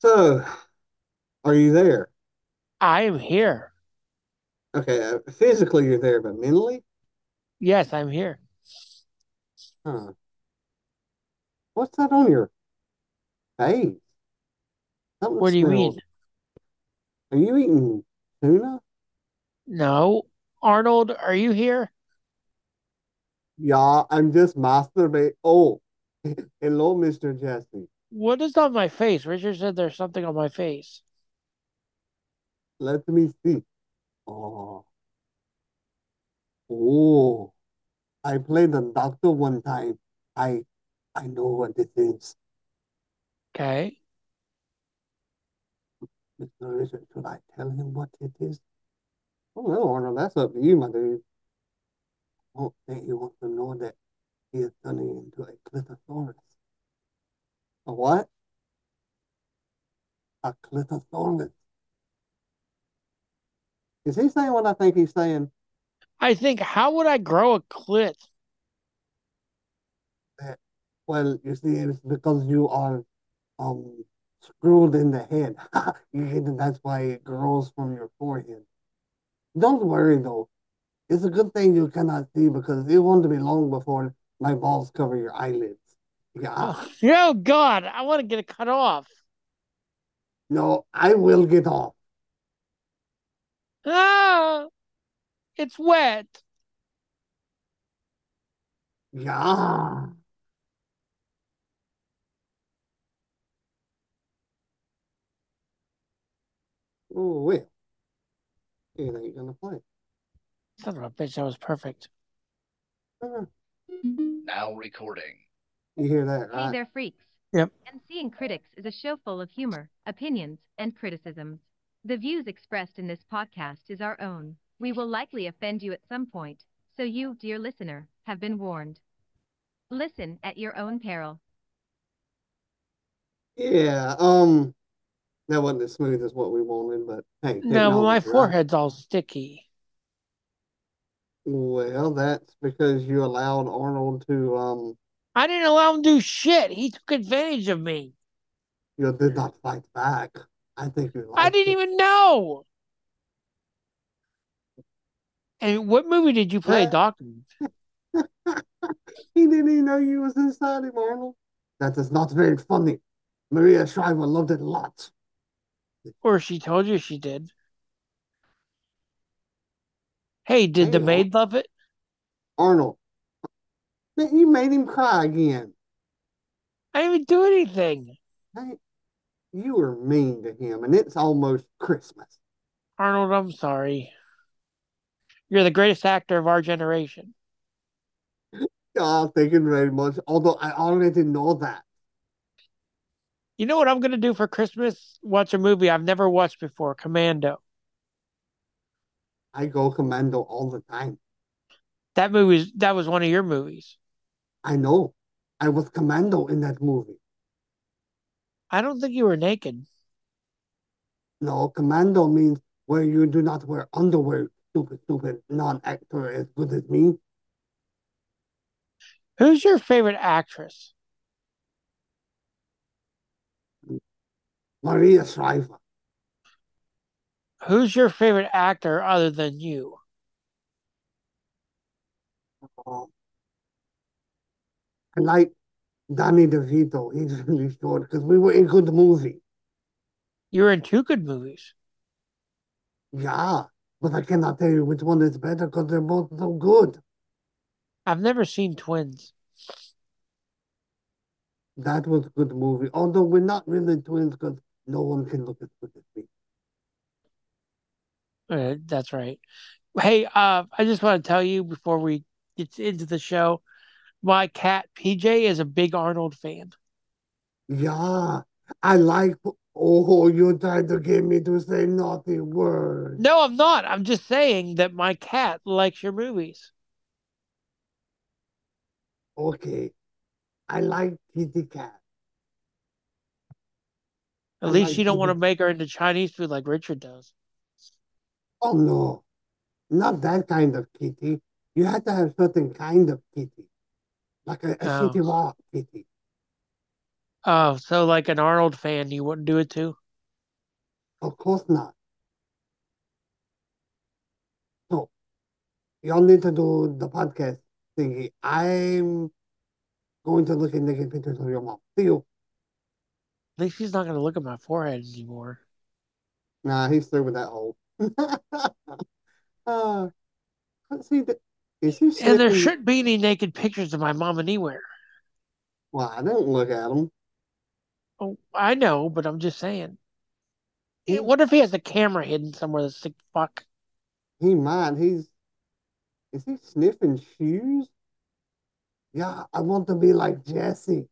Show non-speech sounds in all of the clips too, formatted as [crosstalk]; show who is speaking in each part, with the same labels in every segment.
Speaker 1: So, are you there?
Speaker 2: I am here.
Speaker 1: Okay, uh, physically you're there, but mentally?
Speaker 2: Yes, I'm here.
Speaker 1: Huh. What's that on your face? Something
Speaker 2: What do you
Speaker 1: smells.
Speaker 2: mean?
Speaker 1: Are you eating tuna?
Speaker 2: No. Arnold, are you here?
Speaker 1: Yeah, I'm just masturbating. Oh, [laughs] hello, Mr. Jesse.
Speaker 2: What is on my face? Richard said there's something on my face.
Speaker 1: Let me see. Oh. Oh. I played the doctor one time. I I know what this is.
Speaker 2: Okay.
Speaker 1: Mr. Richard, should I tell him what it is? Oh no, Arnold, that's up to you, my dude. Oh, that you want to know that he is turning into a clitosaurus. A what? A clitosaurus. Is he saying what I think he's saying?
Speaker 2: I think, how would I grow a clit?
Speaker 1: Well, you see, it's because you are um screwed in the head. [laughs] You hit it, that's why it grows from your forehead. Don't worry though. It's a good thing you cannot see because it won't be long before my balls cover your eyelids. Yeah.
Speaker 2: Oh, God. I want to get it cut off.
Speaker 1: No, I will get off.
Speaker 2: Ah, it's wet.
Speaker 1: Yeah. Oh well. It ain't gonna play.
Speaker 2: Son of a bitch, that was perfect.
Speaker 1: Uh,
Speaker 3: Now recording.
Speaker 1: You hear that,
Speaker 4: Hey
Speaker 1: right?
Speaker 4: there, freaks.
Speaker 2: Yep.
Speaker 4: Seeing Critics is a show full of humor, opinions, and criticisms. The views expressed in this podcast is our own. We will likely offend you at some point, so you, dear listener, have been warned. Listen at your own peril.
Speaker 1: Yeah, um, that wasn't as smooth as what we wanted, but hey,
Speaker 2: No, my
Speaker 1: technology, right?
Speaker 2: forehead's all sticky.
Speaker 1: Well, that's because you allowed Arnold to, um,
Speaker 2: I didn't allow him to do shit. He took advantage of me.
Speaker 1: you did not fight back. I think you
Speaker 2: I
Speaker 1: liked
Speaker 2: didn't
Speaker 1: it.
Speaker 2: even know. And what movie did you play,
Speaker 1: Uh,
Speaker 2: Doctor?
Speaker 1: He didn't even know you was inside him, Arnold. That is not very funny. Maria Shriver loved it a lot.
Speaker 2: Or she told you she did. Hey, did the
Speaker 1: Hey,
Speaker 2: maid love it?
Speaker 1: Arnold, man, you made him cry again.
Speaker 2: I didn't even do anything.
Speaker 1: Hey, you were mean to him, and it's almost Christmas.
Speaker 2: Arnold, I'm sorry. You're the greatest actor of our generation.
Speaker 1: Ah, thank you very much. Although I already know that.
Speaker 2: You know what I'm going to do for Christmas? Watch a movie I've never watched before Commando.
Speaker 1: I go commando all the time.
Speaker 2: That movie's that was one of your movies.
Speaker 1: I know. I was commando in that movie.
Speaker 2: I don't think you were naked.
Speaker 1: No, commando means where you do not wear underwear. Stupid, stupid non-actor as good as me.
Speaker 2: Who's your favorite actress?
Speaker 1: Maria Shriver.
Speaker 2: Who's your favorite actor other than you?
Speaker 1: Um, I like Danny DeVito. He's [laughs] really short because we were in good movie.
Speaker 2: You're in two good movies.
Speaker 1: Yeah, but I cannot tell you which one is better because they're both so good.
Speaker 2: I've never seen twins.
Speaker 1: That was a good movie. Although we're not really twins because no one can look as good as me.
Speaker 2: Uh, that's right. Hey, uh, I just want to tell you before we get into the show, my cat PJ is a big Arnold fan.
Speaker 1: Yeah, I like. Oh, you're trying to get me to say naughty words.
Speaker 2: No, I'm not. I'm just saying that my cat likes your movies.
Speaker 1: Okay, I like kitty cat.
Speaker 2: At
Speaker 1: I
Speaker 2: least
Speaker 1: like
Speaker 2: you don't want to
Speaker 1: TV.
Speaker 2: make her into Chinese food like Richard does.
Speaker 1: Oh no, not that kind of kitty. You have to have certain kind of kitty, like a, a
Speaker 2: Oh.
Speaker 1: city rock kitty.
Speaker 2: Oh, so like an Arnold fan, you wouldn't do it too?
Speaker 1: Of course not. So y'all need to do the podcast thingy. I'm going to look at naked pictures of your mom. See you.
Speaker 2: At least he's not going to look at my forehead anymore.
Speaker 1: Nah, he's through with that hole. [laughs] uh, let's see. The, is he
Speaker 2: And there
Speaker 1: sniffing-
Speaker 2: shouldn't be any naked pictures of my mom anywhere.
Speaker 1: Well, I didn't look at him.
Speaker 2: Oh, I know, but I'm just saying.
Speaker 1: He-
Speaker 2: What if he has a camera hidden somewhere? That's sick fuck.
Speaker 1: He might. He's is he sniffing shoes? Yeah, I want to be like Jesse.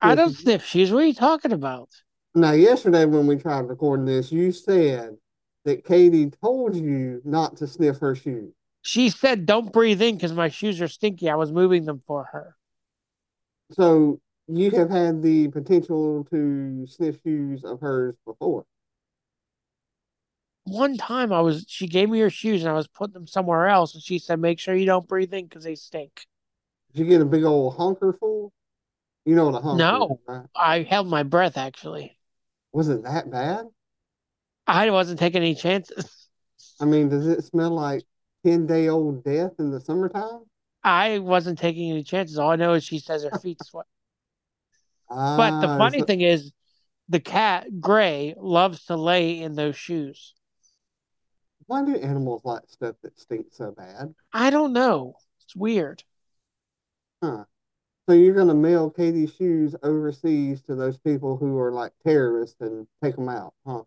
Speaker 2: I don't
Speaker 1: Yes.
Speaker 2: sniff shoes. What are you talking about?
Speaker 1: Now, yesterday when we tried recording this, you said that Katie told you not to sniff her shoes.
Speaker 2: She said, "Don't breathe in because my shoes are stinky." I was moving them for her.
Speaker 1: So you have had the potential to sniff shoes of hers before.
Speaker 2: One time, I was. She gave me her shoes, and I was putting them somewhere else. And she said, "Make sure you don't breathe in because they stink."
Speaker 1: Did you get a big old honker full? You know what a honker
Speaker 2: No.
Speaker 1: is, right?
Speaker 2: I held my breath. Actually,
Speaker 1: Was it that bad?
Speaker 2: I wasn't taking any chances. [laughs]
Speaker 1: I mean, does it smell like 10 day old death in the summertime?
Speaker 2: I wasn't taking any chances. All I know is she says her feet
Speaker 1: [laughs]
Speaker 2: sweat. But the
Speaker 1: Ah,
Speaker 2: funny
Speaker 1: so-
Speaker 2: thing is, the cat Gray loves to lay in those shoes.
Speaker 1: why do animals like stuff that stinks so bad?
Speaker 2: I don't know. It's weird.
Speaker 1: So you're gonna mail Katie's shoes overseas to those people who are like terrorists and take them out, huh?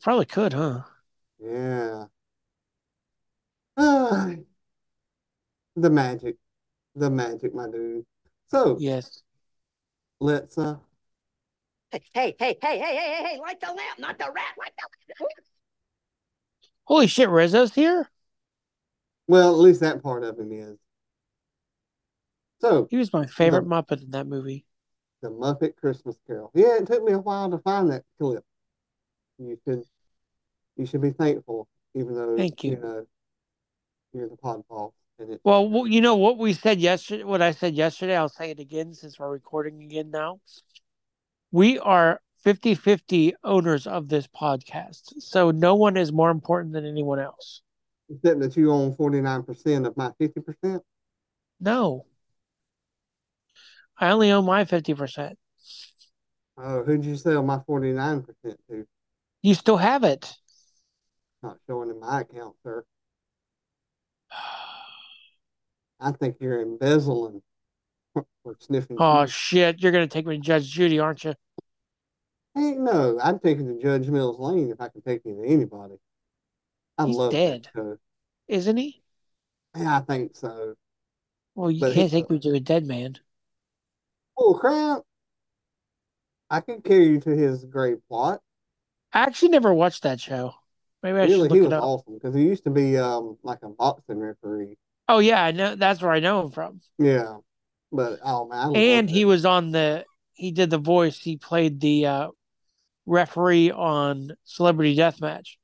Speaker 2: Probably could, huh?
Speaker 1: Yeah. [sighs] Ah, the magic, the magic, my dude. So
Speaker 2: Yes.
Speaker 1: let's uh,
Speaker 5: Hey, hey, hey, hey, hey, hey, hey, light the lamp, not the rat, light the lamp.
Speaker 2: Holy shit, Rizzo's here?
Speaker 1: well, at least that part of him is. So
Speaker 2: He was my favorite Muppet in that movie.
Speaker 1: the Muppet Christmas Carol. Yeah, it took me a while to find that clip. You should, you should be thankful, even though
Speaker 2: Thank you.
Speaker 1: know you're the podball and it.
Speaker 2: Well, w- you know what we said yesterday, what I said yesterday, I'll say it again since we're recording again now. We are 50 50 owners of this podcast. So no one is more important than anyone else.
Speaker 1: Except that you own 49% of my 50%.
Speaker 2: No. I only own my 50%.
Speaker 1: Oh, who'd you sell my 49% to?
Speaker 2: You still
Speaker 1: [sighs]
Speaker 2: have it.
Speaker 1: Not showing in my account, sir. I think you're embezzling or sniffing.
Speaker 2: Oh,
Speaker 1: shoes.
Speaker 2: shit. You're going to take me to Judge Judy, aren't you?
Speaker 1: Heck no. I'd take you to Judge Mills Lane if I could take you to anybody. I
Speaker 2: He's
Speaker 1: love that
Speaker 2: dead.
Speaker 1: show.
Speaker 2: Isn't he?
Speaker 1: Yeah, I think so.
Speaker 2: Well, you
Speaker 1: But he-
Speaker 2: can't take me to a dead man.
Speaker 1: Bull crap. I can carry you to his grave plot.
Speaker 2: I actually never watched that show. Maybe I
Speaker 1: Really,
Speaker 2: should
Speaker 1: he
Speaker 2: look it
Speaker 1: was
Speaker 2: up.
Speaker 1: awesome because he used to be um like a boxing referee.
Speaker 2: Oh yeah, I know that's where I know him from.
Speaker 1: Yeah. But oh man, I love
Speaker 2: And
Speaker 1: that.
Speaker 2: he was on the he did the voice. He played the uh, referee on Celebrity Deathmatch.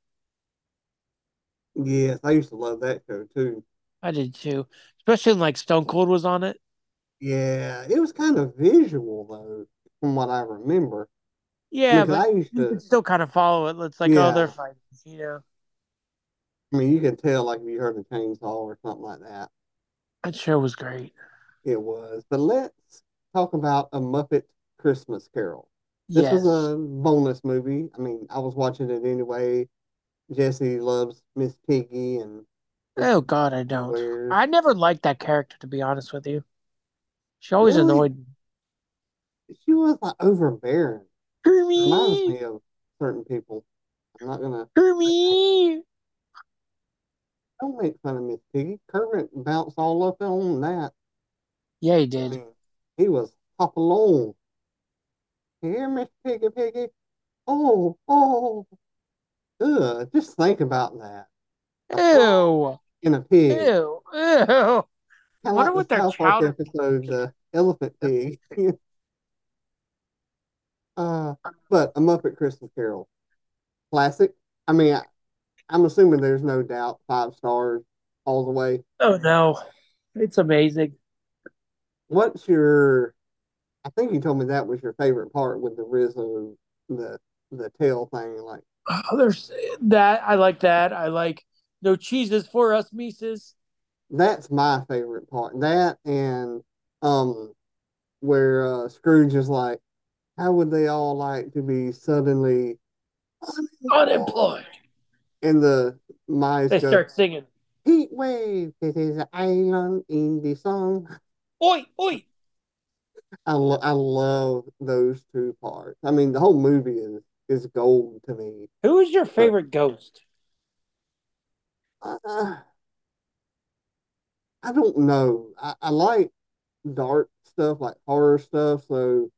Speaker 1: Yes, I used to love that show too.
Speaker 2: I did too, especially when like Stone Cold was on it.
Speaker 1: Yeah, it was kind of visual though, from what I remember.
Speaker 2: Yeah,
Speaker 1: Because
Speaker 2: but
Speaker 1: I used
Speaker 2: you
Speaker 1: to,
Speaker 2: can still kind of follow it. It's like
Speaker 1: Yeah.
Speaker 2: oh, they're fighting, you know.
Speaker 1: I mean, you could tell like if you heard a chainsaw or something like that.
Speaker 2: That show was great.
Speaker 1: It was. But let's talk about A Muppet Christmas Carol. This
Speaker 2: yes.
Speaker 1: was uh, a bonus movie. I mean, I was watching it anyway. Jesse loves Miss Piggy and
Speaker 2: Oh God, I don't.
Speaker 1: weird.
Speaker 2: I never liked that character to be honest with you. She always
Speaker 1: Really?
Speaker 2: annoyed me.
Speaker 1: She was like overbearing. Reminds
Speaker 2: Kermit,
Speaker 1: me of certain people. I'm not gonna, [laughs]
Speaker 2: Kermit.
Speaker 1: don't make fun of Miss Piggy. Kermit bounced all up on that.
Speaker 2: Yeah, he
Speaker 1: I
Speaker 2: did.
Speaker 1: mean, he was Hop along. Here, Miss Piggy Piggy. Oh, oh. Ugh, just think about that.
Speaker 2: Ew.
Speaker 1: In a pig. Kinda
Speaker 2: Ew. Ew. wonder
Speaker 1: like
Speaker 2: what
Speaker 1: the
Speaker 2: their
Speaker 1: South Park
Speaker 2: child-
Speaker 1: episode,
Speaker 2: [laughs]
Speaker 1: the Elephant Pig. [laughs] uh, but a Muppet Christmas Carol. Classic. I mean, I, I'm assuming there's no doubt five stars all the way.
Speaker 2: Oh no. It's amazing.
Speaker 1: What's your? I think you told me that was your favorite part with the Rizzo, the the tail thing. Like,
Speaker 2: Oh, there's that. I like that. I like no cheeses for us, Mises.
Speaker 1: That's my favorite part. That and um where uh Scrooge is like, how would they all like to be suddenly [laughs]
Speaker 2: Unemployed.
Speaker 1: in the mice
Speaker 2: They
Speaker 1: go,
Speaker 2: start singing.
Speaker 1: heat wave, this is an island in the sun.
Speaker 2: Oi, oi.
Speaker 1: I lo I love those two parts. I mean the whole movie is is gold to me.
Speaker 2: Who is your favorite ghost?
Speaker 1: Uh, I don't know. I, I like dark stuff, like horror stuff. So,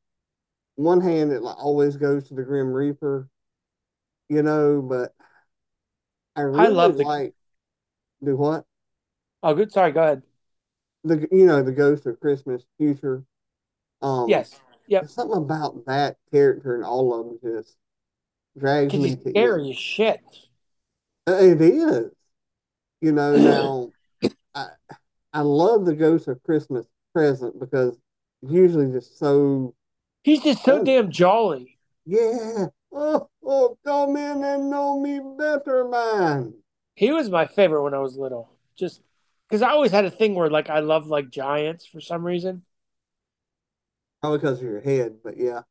Speaker 1: one hand, it like always goes to the Grim Reaper, you know. But I really
Speaker 2: love the-
Speaker 1: like do what
Speaker 2: Oh, good. Sorry, go ahead.
Speaker 1: the you know the Ghost of Christmas Future. Um,
Speaker 2: Yes. Yep.
Speaker 1: there's something about that character and all of them just drags
Speaker 2: Because
Speaker 1: me
Speaker 2: he's
Speaker 1: to it.
Speaker 2: scary as shit.
Speaker 1: Uh, It is. You
Speaker 2: [clears throat]
Speaker 1: know, now I I love the Ghost of Christmas Present because it's usually just so
Speaker 2: He's just so
Speaker 1: Oh.
Speaker 2: damn jolly.
Speaker 1: yeah. Oh, oh, come in and know me better, man.
Speaker 2: He was my favorite when I was little. Just because I always had a thing where like I love like giants for some reason.
Speaker 1: Probably because of your head, but yeah.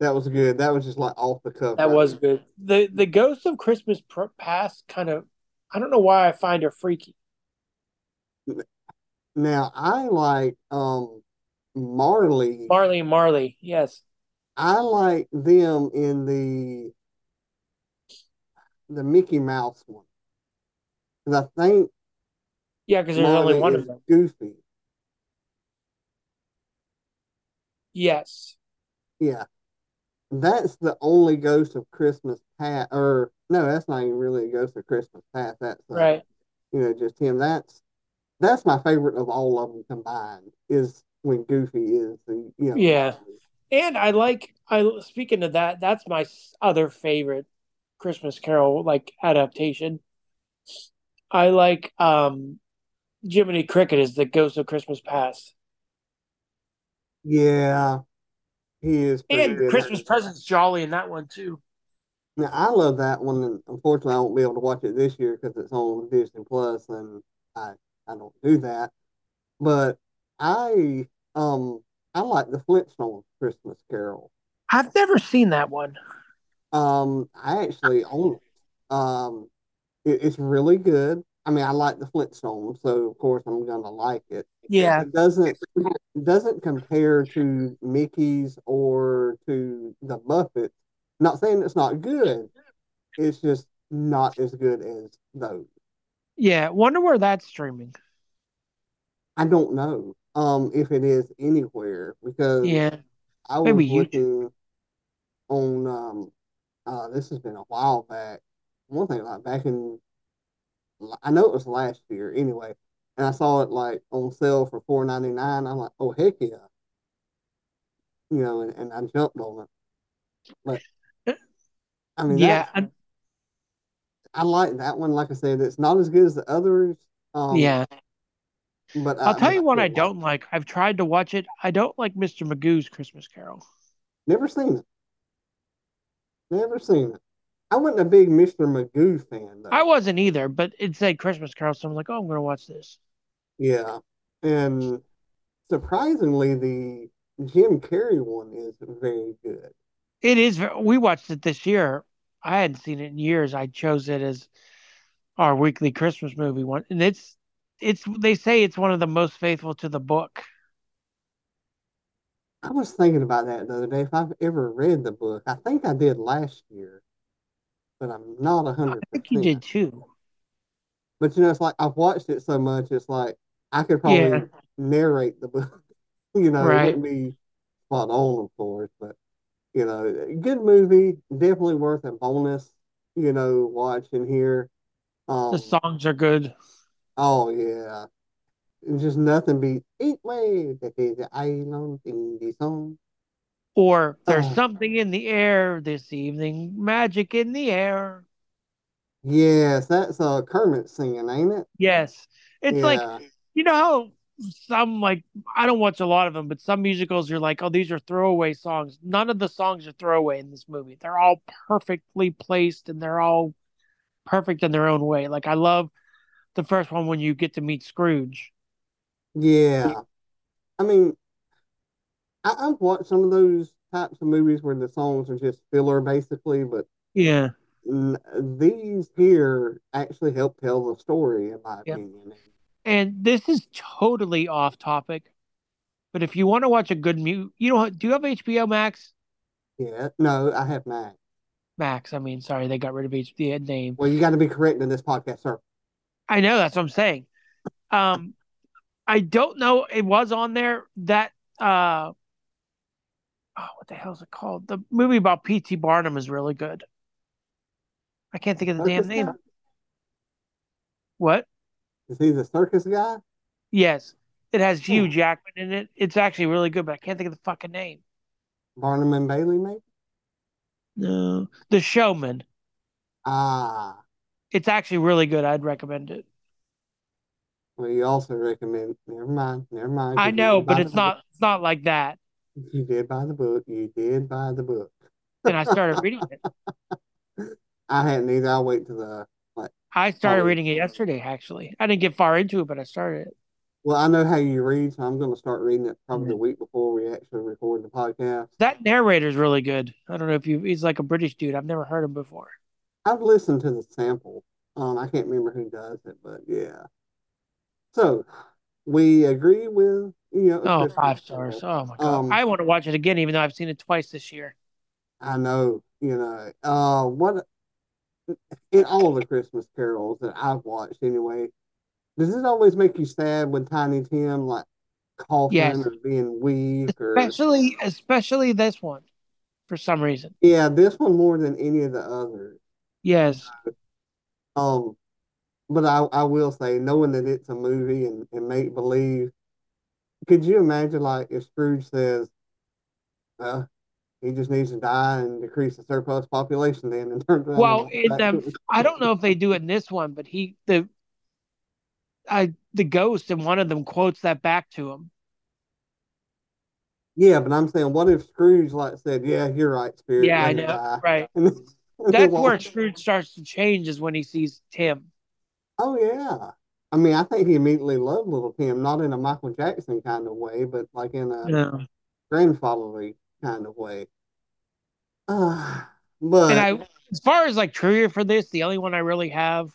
Speaker 1: That was good. That was just like off the cuff.
Speaker 2: That
Speaker 1: right
Speaker 2: was
Speaker 1: there.
Speaker 2: good. The the ghost of Christmas Pr- past kind of I don't know why I find her freaky.
Speaker 1: Now I like um Marley.
Speaker 2: Marley and Marley, yes.
Speaker 1: I like them in the the Mickey Mouse one. 'Cause I think
Speaker 2: Yeah, because there's only
Speaker 1: Marley
Speaker 2: one
Speaker 1: is
Speaker 2: of them.
Speaker 1: Goofy.
Speaker 2: Yes.
Speaker 1: Yeah. That's the only Ghost of Christmas Past, or no, that's not even really a Ghost of Christmas Past. That's uh,
Speaker 2: Right.
Speaker 1: you know, just him. That's that's my favorite of all of them combined is when Goofy is the you know
Speaker 2: Yeah.
Speaker 1: Marley.
Speaker 2: And I like I speaking of that, that's my s- other favorite Christmas Carol like adaptation. I like um Jiminy Cricket is the ghost of Christmas past.
Speaker 1: Yeah, he is pretty
Speaker 2: And
Speaker 1: good.
Speaker 2: Christmas presents jolly in that one too.
Speaker 1: Now I love that one, and unfortunately I won't be able to watch it this year because it's on Disney Plus, and I I don't do that. But I um I like the Flintstones Christmas Carol.
Speaker 2: I've never seen that one.
Speaker 1: Um, I actually own it. Um, it, it's really good. I mean, I like the Flintstones, so of course I'm gonna like it.
Speaker 2: Yeah.
Speaker 1: It doesn't it doesn't compare to Mickey's or to the Muppets. Not saying it's not good. It's just not as good as those.
Speaker 2: Yeah. Wonder where that's streaming.
Speaker 1: I don't know um if it is anywhere because
Speaker 2: Yeah.
Speaker 1: I
Speaker 2: Maybe
Speaker 1: was
Speaker 2: you-
Speaker 1: looking on um uh this has been a while back. One thing like back in I know it was last year anyway, and I saw it like on sale for four ninety nine. I'm like, oh heck yeah. You know, and, and I jumped on it. But I mean
Speaker 2: Yeah.
Speaker 1: that
Speaker 2: and-
Speaker 1: I like that one. Like I said, it's not as good as the others. Um
Speaker 2: Yeah.
Speaker 1: but
Speaker 2: I'll
Speaker 1: I,
Speaker 2: tell
Speaker 1: but
Speaker 2: you one I
Speaker 1: still
Speaker 2: don't like. I've tried to watch it. I don't like Mr. Magoo's Christmas Carol.
Speaker 1: Never seen it. Never seen it. I wasn't a big Mr. Magoo fan though.
Speaker 2: I wasn't either, but it said Christmas Carol, so I'm like, oh, I'm gonna watch this.
Speaker 1: Yeah. And surprisingly, the Jim Carrey one is very good.
Speaker 2: It is. ver- We watched it this year. I hadn't seen it in years. I chose it as our weekly Christmas movie one, and it's it's. They say it's one of the most faithful to the book.
Speaker 1: I was thinking about that the other day. If I've ever read the book, I think I did last year, but I'm not a
Speaker 2: I
Speaker 1: hundred
Speaker 2: think you
Speaker 1: percent.
Speaker 2: did too.
Speaker 1: But you know, it's like I've watched it so much, it's like I could probably
Speaker 2: Yeah.
Speaker 1: narrate the book. [laughs] You know,
Speaker 2: Right.
Speaker 1: it wouldn't be spot on, of course, but you know, good movie, definitely worth a bonus. You know, watching here. Um,
Speaker 2: The songs are good.
Speaker 1: Oh yeah, And just nothing beats "Eat Way" that is the island in the sun.
Speaker 2: Or there's
Speaker 1: Oh.
Speaker 2: something in the air this evening, magic in the air.
Speaker 1: Yes, that's uh Kermit singing, ain't it?
Speaker 2: Yes, it's like
Speaker 1: Yeah.
Speaker 2: you know how some like I don't watch a lot of them, but some musicals you're like, oh, these are throwaway songs. None of the songs are throwaway in this movie. They're all perfectly placed and they're all perfect in their own way. Like I love the first one when you get to meet Scrooge.
Speaker 1: Yeah. I mean, I, I've watched some of those types of movies where the songs are just filler, basically, but
Speaker 2: Yeah,
Speaker 1: n these here actually help tell the story, in my
Speaker 2: Yep.
Speaker 1: opinion.
Speaker 2: and this is totally off topic, but if you want to watch a good mu, you know, do you have HBO Max?
Speaker 1: Yeah, no, I have not.
Speaker 2: Max, I mean, sorry, they got rid of HBO name.
Speaker 1: Well, you got to be correct in this podcast, sir.
Speaker 2: I know that's what I'm saying. Um, I don't know. It was on there that uh, oh, what the hell is it called? The movie about P.T. Barnum is really good. I can't think of the damn
Speaker 1: Circus
Speaker 2: name.
Speaker 1: guy?
Speaker 2: What?
Speaker 1: Is he the circus guy?
Speaker 2: Yes, it has Hugh
Speaker 1: Hmm.
Speaker 2: Jackman in it. It's actually really good, but I can't think of the fucking name.
Speaker 1: Barnum and Bailey, maybe?
Speaker 2: No, The Showman.
Speaker 1: Ah,
Speaker 2: It's actually really good. I'd recommend it.
Speaker 1: well, you also recommend. Never mind, never mind.
Speaker 2: I
Speaker 1: You did
Speaker 2: know,
Speaker 1: buy
Speaker 2: but
Speaker 1: the
Speaker 2: it's not. It's not like that.
Speaker 1: book. You did buy the book. You did buy the book.
Speaker 2: And I started reading it.
Speaker 1: I hadn't either. I'll wait till the.
Speaker 2: I started
Speaker 1: Oh.
Speaker 2: reading it yesterday. Actually, I didn't get far into it, but I started it.
Speaker 1: Well, I know how you read, so I'm going to start reading it probably the week before we actually record the podcast.
Speaker 2: That narrator's really good. I don't know if you he's like a British dude. I've never heard him before.
Speaker 1: I've listened to the sample. Um, I can't remember who does it, but yeah. So we agree with, you know, a
Speaker 2: Oh,
Speaker 1: Christmas
Speaker 2: five stars.
Speaker 1: Carol.
Speaker 2: Oh my god.
Speaker 1: Um,
Speaker 2: I want to watch it again even though I've seen it twice this year.
Speaker 1: I know, you know, uh, what in all the Christmas carols that I've watched anyway, does this always make you sad when Tiny Tim like coughing
Speaker 2: Yes.
Speaker 1: or being weak or
Speaker 2: Especially especially this one for some reason.
Speaker 1: yeah, this one more than any of the others.
Speaker 2: Yes.
Speaker 1: Um, but I, I will say, knowing that it's a movie and, and make believe, could you imagine like if Scrooge says, uh, he just needs to die and decrease the surplus population then and turn around
Speaker 2: Well,
Speaker 1: and
Speaker 2: in
Speaker 1: back
Speaker 2: the
Speaker 1: to-
Speaker 2: I don't know if they do it in this one, but he the I the ghost in one of them quotes that back to him.
Speaker 1: [laughs] Yeah, but I'm saying, what if Scrooge like said, "Yeah, you're right, spirit,
Speaker 2: Yeah, I
Speaker 1: let it
Speaker 2: know.
Speaker 1: die,"
Speaker 2: Right.
Speaker 1: [laughs] and then- and then
Speaker 2: That's
Speaker 1: walk-
Speaker 2: where Scrooge starts to change is when he sees Tim.
Speaker 1: Oh yeah, I mean, I think he immediately loved Little Tim, not in a Michael Jackson kind of way, but like in a
Speaker 2: Yeah.
Speaker 1: grandfatherly kind of way. Uh, but
Speaker 2: and I, as far as like trivia for this, the only one I really have,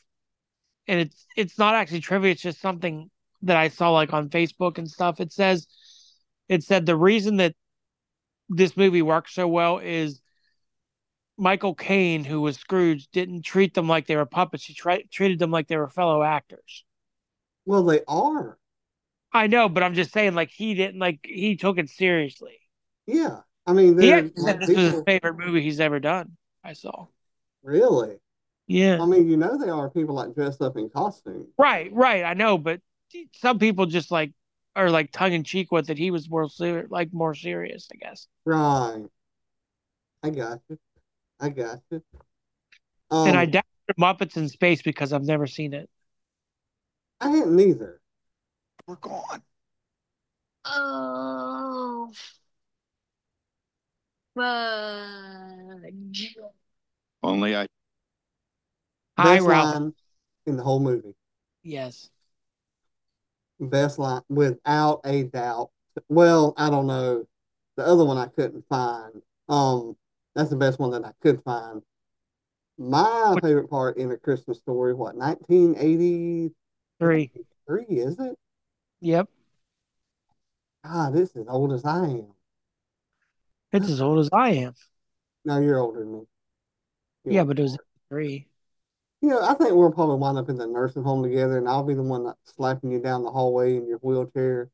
Speaker 2: and it's it's not actually trivia. It's just something that I saw like on Facebook and stuff. It says, it said the reason that this movie works so well is Michael Caine, who was Scrooge, didn't treat them like they were puppets. He tri- treated them like they were fellow actors.
Speaker 1: well, they are.
Speaker 2: I know, but I'm just saying, like he didn't like he took it seriously.
Speaker 1: Yeah, I mean,
Speaker 2: He
Speaker 1: they're
Speaker 2: [laughs] actually said
Speaker 1: like,
Speaker 2: this was his
Speaker 1: people-
Speaker 2: favorite movie he's ever done. I saw.
Speaker 1: really.
Speaker 2: Yeah.
Speaker 1: I mean, you know, they are people like dressed up in costume.
Speaker 2: Right, right. I know, but some people just like are like tongue in cheek with it. He was more ser- like more serious, I guess.
Speaker 1: Right. I got you. I got you.
Speaker 2: and I
Speaker 1: Um,
Speaker 2: doubt the Muppets in Space because I've never seen it.
Speaker 1: I hadn't either.
Speaker 3: We're gone.
Speaker 5: Oh. Fudge.
Speaker 3: Only I
Speaker 2: Hi,
Speaker 1: Best
Speaker 2: Ralph.
Speaker 1: line in the whole movie.
Speaker 2: Yes.
Speaker 1: Best line without a doubt. Well, I don't know. The other one I couldn't find. Um, that's the best one that I could find. My favorite part in A Christmas Story, what, 1983,
Speaker 2: Three.
Speaker 1: is it?
Speaker 2: Yep.
Speaker 1: God, this is old as I am.
Speaker 2: It's as old as I am.
Speaker 1: No, you're older than me. You're
Speaker 2: Yeah,
Speaker 1: older.
Speaker 2: but it was three.
Speaker 1: You know, I think we'll probably wind up in the nursing home together, and I'll be the one that's slapping you down the hallway in your wheelchair.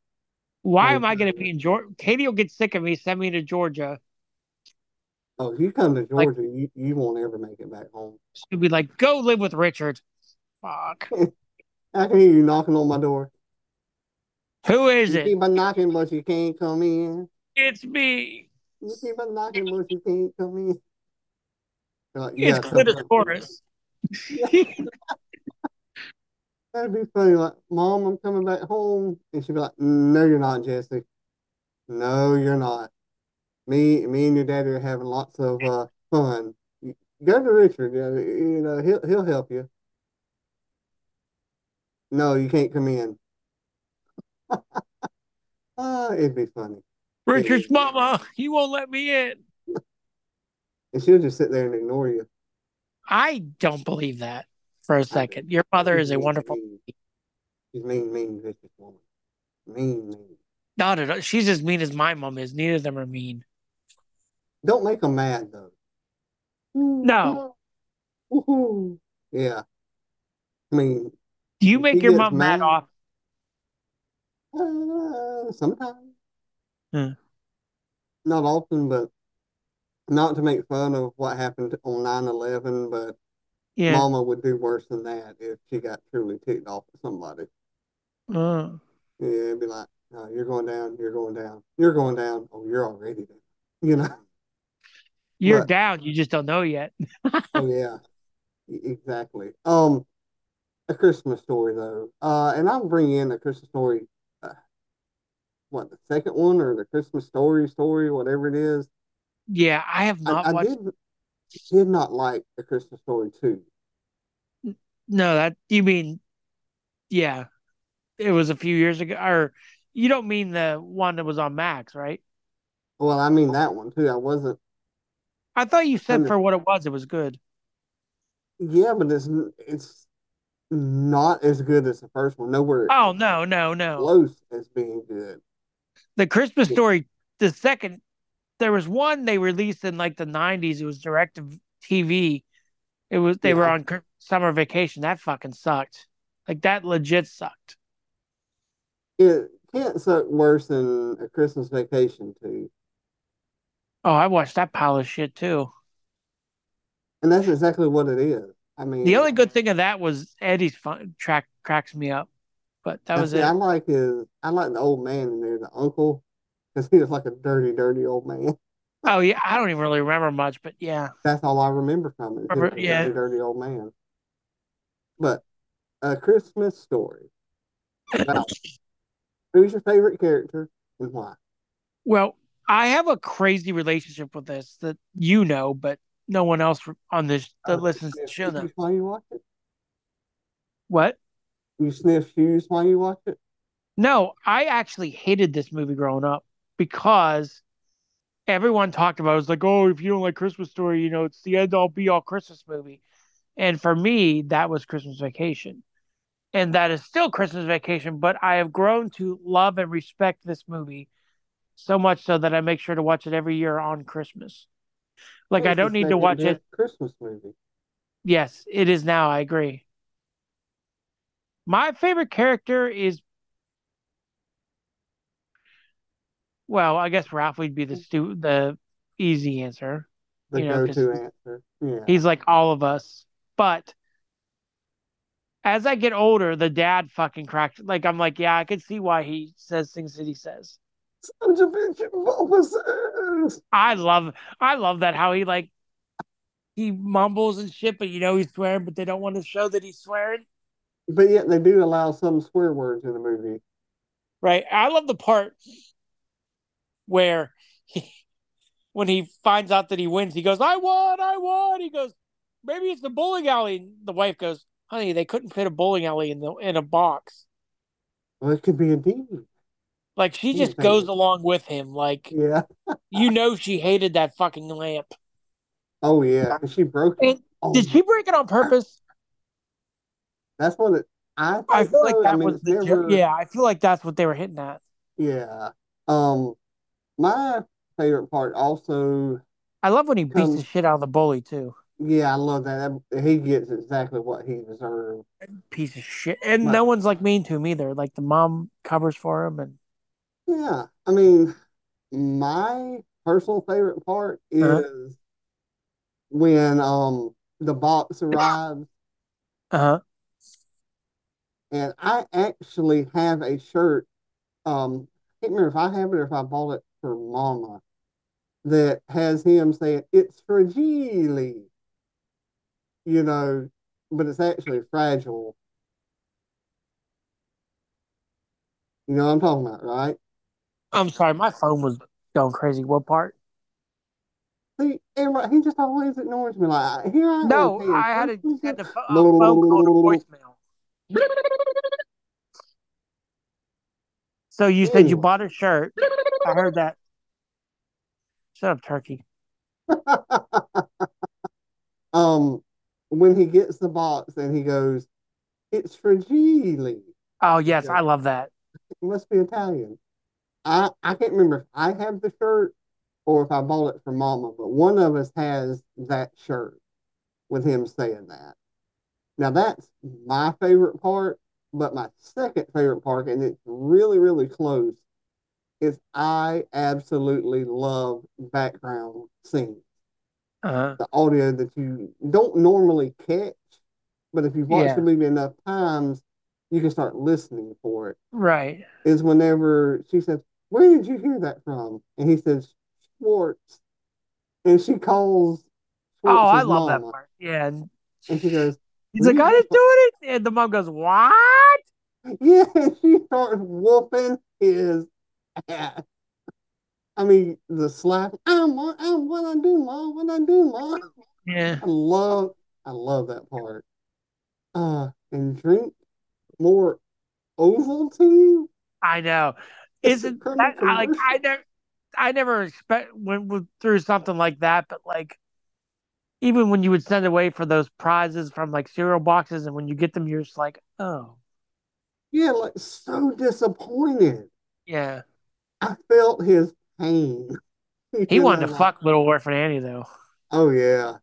Speaker 2: Why
Speaker 1: Yeah.
Speaker 2: am I going to be in Georgia? Katie will get sick of me. Send me to Georgia.
Speaker 1: Oh, if you come to
Speaker 2: Like-
Speaker 1: Georgia, you, you won't ever make it back home.
Speaker 2: She'll be like, "Go live with Richard." Fuck.
Speaker 1: I can hear you knocking on my door.
Speaker 2: Who is
Speaker 1: You
Speaker 2: it?
Speaker 1: keep on knocking, but you can't come in.
Speaker 2: It's me.
Speaker 1: You keep on knocking, but you can't come in. They're like, yeah,
Speaker 2: It's
Speaker 1: something-
Speaker 2: Clitosaurus.
Speaker 1: That'd be funny. Like, Mom, I'm coming back home. And she'd be like, No, you're not, Jesse. No, you're not. Me, me and your daddy are having lots of uh, fun. Go to Richard. You know, you know, he'll he'll help you. No, you can't come in. [laughs] Ah, it'd be funny.
Speaker 2: [laughs] Richard's mama. He won't let me in.
Speaker 1: And she'll just sit there and ignore you.
Speaker 2: I don't believe that for a second. Your mother is a wonderful.
Speaker 1: Mean. She's mean, mean, vicious woman. Mean, mean.
Speaker 2: Not at all. She's as mean as my mom is. Neither of them are mean.
Speaker 1: Don't make them mad though.
Speaker 2: No.
Speaker 1: Woohoo. Yeah. I mean,
Speaker 2: Do you
Speaker 1: If
Speaker 2: make
Speaker 1: she
Speaker 2: your
Speaker 1: gets
Speaker 2: mom mad
Speaker 1: mad-
Speaker 2: off?
Speaker 1: uh, sometimes.
Speaker 2: Hmm.
Speaker 1: Not often, but not to make fun of what happened on 9/11, but
Speaker 2: Yeah.
Speaker 1: Mama would do worse than that if she got truly ticked off at somebody.
Speaker 2: Uh,
Speaker 1: Yeah, it'd be like, no, you're going down, you're going down, you're going down. Oh, you're already down. You know?
Speaker 2: you're
Speaker 1: Right.
Speaker 2: down. You just don't know yet.
Speaker 1: Oh yeah, E- exactly. Um, a Christmas story though. Uh, and I'll bring in a Christmas story. Uh, what the second one or the Christmas story story, whatever it is.
Speaker 2: Yeah, I have not
Speaker 1: I, I
Speaker 2: watched.
Speaker 1: did did not like the Christmas story too.
Speaker 2: No, that you mean, yeah, it was a few years ago. Or you don't mean the one that was on Max, right?
Speaker 1: Well, I mean that one too. I wasn't.
Speaker 2: I thought you said
Speaker 1: Under-
Speaker 2: for what it was, it was good.
Speaker 1: Yeah, but it's n- it's not as good as the first one. Nowhere
Speaker 2: Oh no, no, no.
Speaker 1: close as being good.
Speaker 2: The Christmas
Speaker 1: Yeah.
Speaker 2: Story, the second, there was one they released in like the '90s. It was direct to TV. It was they were
Speaker 1: Yeah.
Speaker 2: on cr- summer vacation. That fucking sucked. Like that legit sucked.
Speaker 1: It can't suck worse than a Christmas vacation too.
Speaker 2: Oh, I watched that pile of shit too.
Speaker 1: And that's exactly what it is. I mean,
Speaker 2: The only good thing of that was Eddie's fun, track cracks me up, but that
Speaker 1: I
Speaker 2: was
Speaker 1: see,
Speaker 2: it.
Speaker 1: I like his. I like the old man in there, the uncle, because he was like a dirty, dirty old man. [laughs]
Speaker 2: Oh yeah, I don't even really remember much, but yeah,
Speaker 1: That's all I remember from it. is him
Speaker 2: Remember-
Speaker 1: being a
Speaker 2: yeah.
Speaker 1: dirty, dirty old man. But a Christmas story. Now, who's your favorite character and why?
Speaker 2: Well, I have a crazy relationship with this that you know, but no one else on this that
Speaker 1: Uh,
Speaker 2: listens to the
Speaker 1: sniff
Speaker 2: show knows.
Speaker 1: shoes while you watch it.
Speaker 2: What?
Speaker 1: You sniff shoes while you watch it.
Speaker 2: No, I actually hated this movie growing up because everyone talked about it. it was like, oh, if you don't like Christmas Story, you know, it's the end all be all Christmas movie. And for me, that was Christmas Vacation. And that is still Christmas Vacation, but I have grown to love and respect this movie so much so that I make sure to watch it every year on Christmas. Like,
Speaker 1: What
Speaker 2: I
Speaker 1: is the
Speaker 2: don't need to
Speaker 1: second
Speaker 2: watch it.
Speaker 1: best Christmas movie.
Speaker 2: Yes, it is now. I agree. My favorite character is, well, I guess Ralph would be the stu the easy answer.
Speaker 1: The
Speaker 2: You know, 'cause
Speaker 1: go-to answer. Yeah.
Speaker 2: He's like all of us. But as I get older, the dad fucking cracked. Like I'm like, yeah, I can see why he says things that he says.
Speaker 1: Sons of bitch, officers.
Speaker 2: I love, I love that how he like he mumbles and shit, but you know he's swearing, but they don't want to show that he's swearing.
Speaker 1: But yet they do allow some swear words in the movie.
Speaker 2: Right. I love the part where he, [laughs] when he finds out that he wins, he goes, I won, I won. He goes, Maybe it's the bowling alley. And the wife goes, Honey, they couldn't fit a bowling alley in the in a box.
Speaker 1: Well, it could be a demon.
Speaker 2: Like she
Speaker 1: Yeah,
Speaker 2: just
Speaker 1: thank
Speaker 2: goes
Speaker 1: you.
Speaker 2: along with him. Like
Speaker 1: Yeah.
Speaker 2: you know she hated that fucking lamp.
Speaker 1: Oh yeah, 'cause she broke it.
Speaker 2: And
Speaker 1: Oh,
Speaker 2: Did she break it on purpose?
Speaker 1: that's what it. I think
Speaker 2: I feel like
Speaker 1: so.
Speaker 2: that
Speaker 1: I mean,
Speaker 2: was
Speaker 1: it's
Speaker 2: the jo-
Speaker 1: never.
Speaker 2: yeah, I feel like that's what they were hitting at.
Speaker 1: Yeah. Um, my favorite part also.
Speaker 2: I love when he beats
Speaker 1: Um,
Speaker 2: the shit out of the bully too.
Speaker 1: Yeah, I love that. That- He gets exactly what he deserved.
Speaker 2: Piece of shit. And
Speaker 1: Right.
Speaker 2: no one's like mean to him either. Like the mom covers for him and
Speaker 1: Yeah, I mean, my personal favorite part
Speaker 2: Uh-huh.
Speaker 1: is when um the
Speaker 2: [laughs]
Speaker 1: box arrives,
Speaker 2: Uh huh.
Speaker 1: and I actually have a shirt. Um, I can't remember if I have it or if I bought it for Mama that has him saying it's fragile, you know, but it's actually fragile. You know what I'm talking about, right?
Speaker 2: I'm sorry, my phone was going crazy. What part?
Speaker 1: See, and right, he just always ignores me. Like here I am
Speaker 2: No,
Speaker 1: saying,
Speaker 2: I had a,
Speaker 1: "Fragile."
Speaker 2: had a, pho- a phone call to [laughs] voicemail. So you said you
Speaker 1: Ew.
Speaker 2: bought a shirt. I heard that. Shut up, Turkey.
Speaker 1: [laughs] um, when he gets the box and he goes, "It's fragile." It
Speaker 2: Oh yes,
Speaker 1: Yeah.
Speaker 2: I love that.
Speaker 1: must be Italian. I I can't remember if I have the shirt or if I bought it for Mama, but one of us has that shirt with him saying that. Now that's my favorite part, but my second favorite part, and it's really really close, is I absolutely love background scenes.
Speaker 2: Uh-huh.
Speaker 1: the audio that you don't normally catch, but if you've watched
Speaker 2: Yeah.
Speaker 1: the movie enough times, you can start listening for it.
Speaker 2: Right.
Speaker 1: Is whenever she says, Where did you hear that from? And he says, Schwartz. And she calls Schwartz's
Speaker 2: Oh, I love
Speaker 1: mama,
Speaker 2: that part. Yeah. And
Speaker 1: And she goes,
Speaker 2: he's like,
Speaker 1: Mhm.
Speaker 2: I didn't do it. And the mom goes, What?
Speaker 1: Yeah, [laughs] and she starts whooping his ass. I mean, the slap. I'm, I'm what I do, mom. What I do, mom.
Speaker 2: Yeah.
Speaker 1: I love I love that part. Uh and drink more Ovaltine?
Speaker 2: I know.
Speaker 1: It's
Speaker 2: Isn't
Speaker 1: a
Speaker 2: that I, like
Speaker 1: commercial.
Speaker 2: I never I never expect when when- through something like that, but like even when you would send away for those prizes from like cereal boxes and when you get them you're just like, Oh.
Speaker 1: Yeah, like so disappointed.
Speaker 2: Yeah.
Speaker 1: I felt his pain. [laughs]
Speaker 2: He
Speaker 1: You
Speaker 2: wanted
Speaker 1: know,
Speaker 2: to
Speaker 1: like,
Speaker 2: fuck little orphan Annie though.
Speaker 1: Oh yeah.